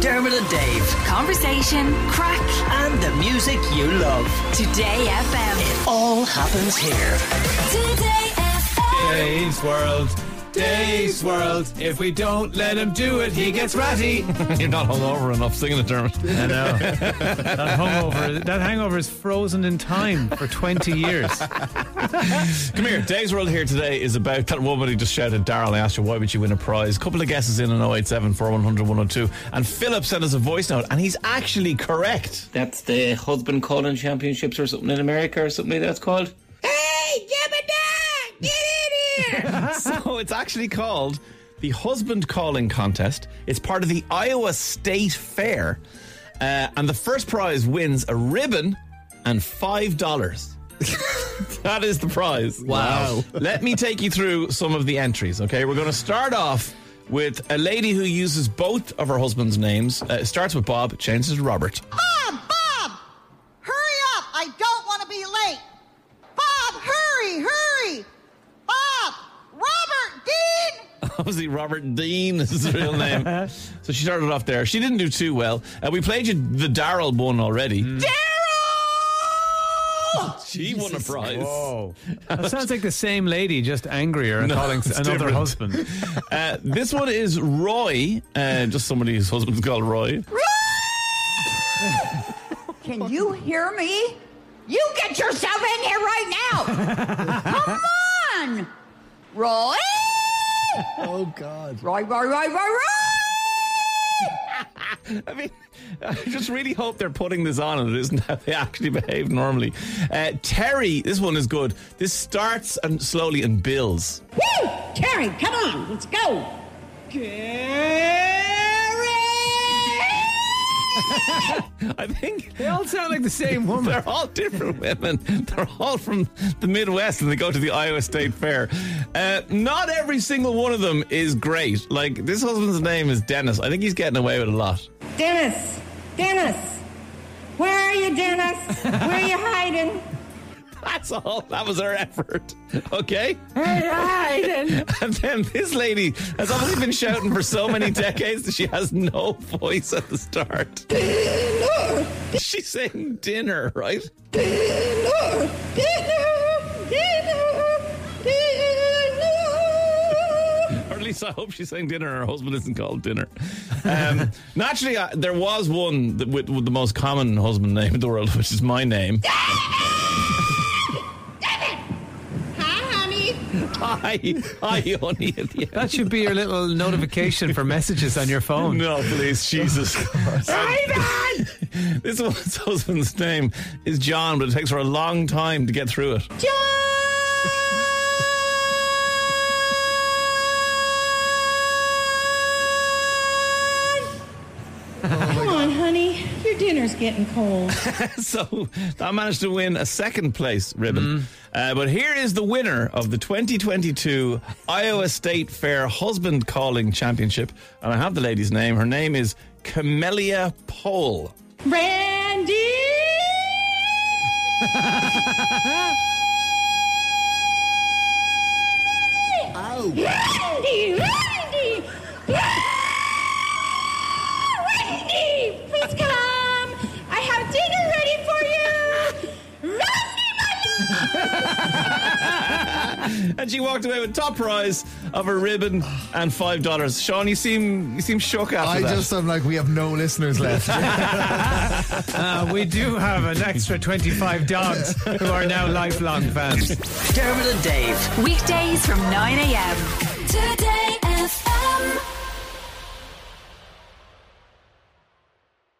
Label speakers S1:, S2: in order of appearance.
S1: Dermot and Dave.
S2: Conversation, crack,
S1: And the music you love.
S2: Today FM.
S1: All happens here.
S2: Today FM.
S3: Dave's World. Dave's World. If we don't let him do it, he gets ratty.
S4: You're not hungover enough singing it, Dermot.
S3: I know. That hungover, that hangover is frozen in time for 20 years.
S4: Come here. Dave's World here today is about that woman who just shouted, Daryl, I asked you, why would you win a prize? couple of guesses in on 087 4100 102. And Philip sent us a voice note, and he's actually correct.
S5: That's the husband calling championships or something in America or something like that's called. Hey, Gemini, get in here!
S4: so Oh, it's actually called the Husband Calling Contest. It's part of the Iowa State Fair. Uh, and the first prize wins a ribbon and $5. That is the prize. Wow. Let me take you through some of the entries, okay? We're going to start off with a lady who uses both of her husband's names. Uh, it starts with Bob, changes to Robert.
S6: Bob, Bob, hurry up. I don't want to be late. Bob, hurry, hurry. Bob, Robert Dean.
S4: Obviously, Robert Dean is his real name. so she started off there. She didn't do too well. Uh, we played you the Daryl one already. Daryl! She won a prize.
S3: That sounds like the same lady, just angrier and
S4: No,
S3: calling
S4: it's
S3: another
S4: different.
S3: husband.
S4: Uh, this one is Roy, uh, just somebody whose husband's called Roy.
S6: Can you hear me? You get yourself in here right now. Come on, Roy.
S4: Oh, God.
S6: Roy, Roy, Roy, Roy, Roy.
S4: I mean, I just really hope they're putting this on and it isn't how they actually behave normally. Uh, Terry, this one is good. This starts and slowly and builds.
S6: Woo! Terry, come on, let's go. Terry.
S4: I think
S3: They all sound like the same woman.
S4: They're all different women. They're all from the Midwest and they go to the Iowa State Fair. Uh, not every single one of them is great. Like, this husband's name is Dennis. I think he's getting away with a lot.
S6: Dennis, Dennis, where are you, Dennis? Where are you hiding?
S4: That's all. That was her effort. Okay? and then this lady has obviously been shouting for so many decades that she has no voice at the start. She's saying dinner, right?
S6: Dinner, dinner, dinner, dinner.
S4: Or at least I hope she's saying dinner. and Her husband isn't called dinner. Um, naturally, I, there was one that with, with the most common husband name in the world, which is my name.
S6: Hi, honey.
S4: Hi, hi, honey. At the end.
S3: That should be your little notification for messages on your phone.
S4: No, please, Jesus. Ivan! this one's husband's name is John, but it takes her a long time to get through it.
S7: Come on, honey. Your dinner's getting cold.
S4: So I managed to win a second place ribbon.
S8: Mm.
S4: Uh, but here is the winner of the 2022 Iowa State Fair Husband Calling Championship. And I have the lady's name. Her name is Camelia Pole.
S7: Randy!
S6: Randy, Randy, Randy, please come. I have dinner ready for you. Randy, my
S4: And she walked away with top prize of a ribbon and five dollars. Sean, you seem you seem shook after
S8: I
S4: that.
S8: just am like, we have no listeners left.
S3: Uh, we do have an extra 25 dogs who are now lifelong fans.
S1: Dermot and Dave.
S2: Weekdays from 9 a.m. Today